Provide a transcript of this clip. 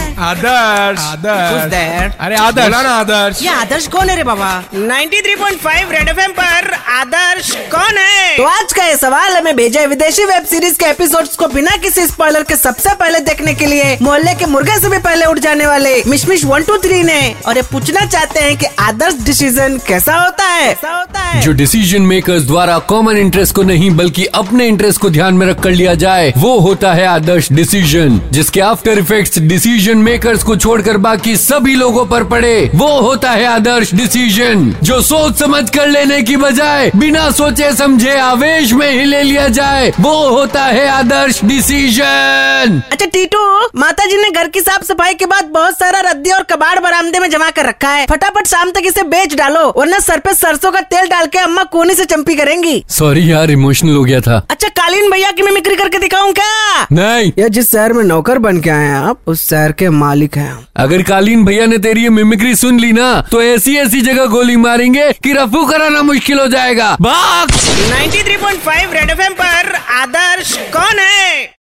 Adarsh Who's there? Uh, अरे आदर्श बोला ना आदर्श ये आदर्श कौन है रे बाबा 93.5 रेड एफएम पर आदर्श कौन तो है आज का ये सवाल हमें भेजा है विदेशी वेब सीरीज के एपिसोड्स को बिना किसी स्पॉइलर के सबसे पहले देखने के लिए मोहल्ले के मुर्गे से भी पहले उठ जाने वाले मिशमिश वन टू थ्री ने और ये पूछना चाहते हैं कि आदर्श डिसीजन कैसा होता है कैसा होता है जो डिसीजन मेकर्स द्वारा कॉमन इंटरेस्ट को नहीं बल्कि अपने इंटरेस्ट को ध्यान में रख कर लिया जाए वो होता है आदर्श डिसीजन जिसके आफ्टर इफेक्ट्स डिसीजन मेकर्स को छोड़कर बाकी सभी लोगों पर पड़े वो होता है आदर्श डिसीजन जो सोच समझ कर लेने की बजाय बिना सोचे समझे आवेश में ही ले लिया जाए वो होता है आदर्श डिसीजन अच्छा टीटू माता जी ने घर की साफ सफाई के बाद बहुत सारा रद्दी और कबाड़ बरामदे में जमा कर रखा है फटाफट शाम तक इसे बेच डालो वरना सर पे सरसों का तेल डाल के अम्मा कोनी से चंपी करेंगी सॉरी यार इमोशनल हो गया था अच्छा कालीन भैया की मिमिक्री करके दिखाऊं क्या नहीं या जिस शहर में नौकर बन के आए हैं आप उस शहर के मालिक हैं आप। अगर कालीन भैया ने तेरी ये मिमिक्री सुन ली ना तो ऐसी ऐसी जगह गोली मारेंगे कि रफू कराना मुश्किल हो जाएगा भाग 93.5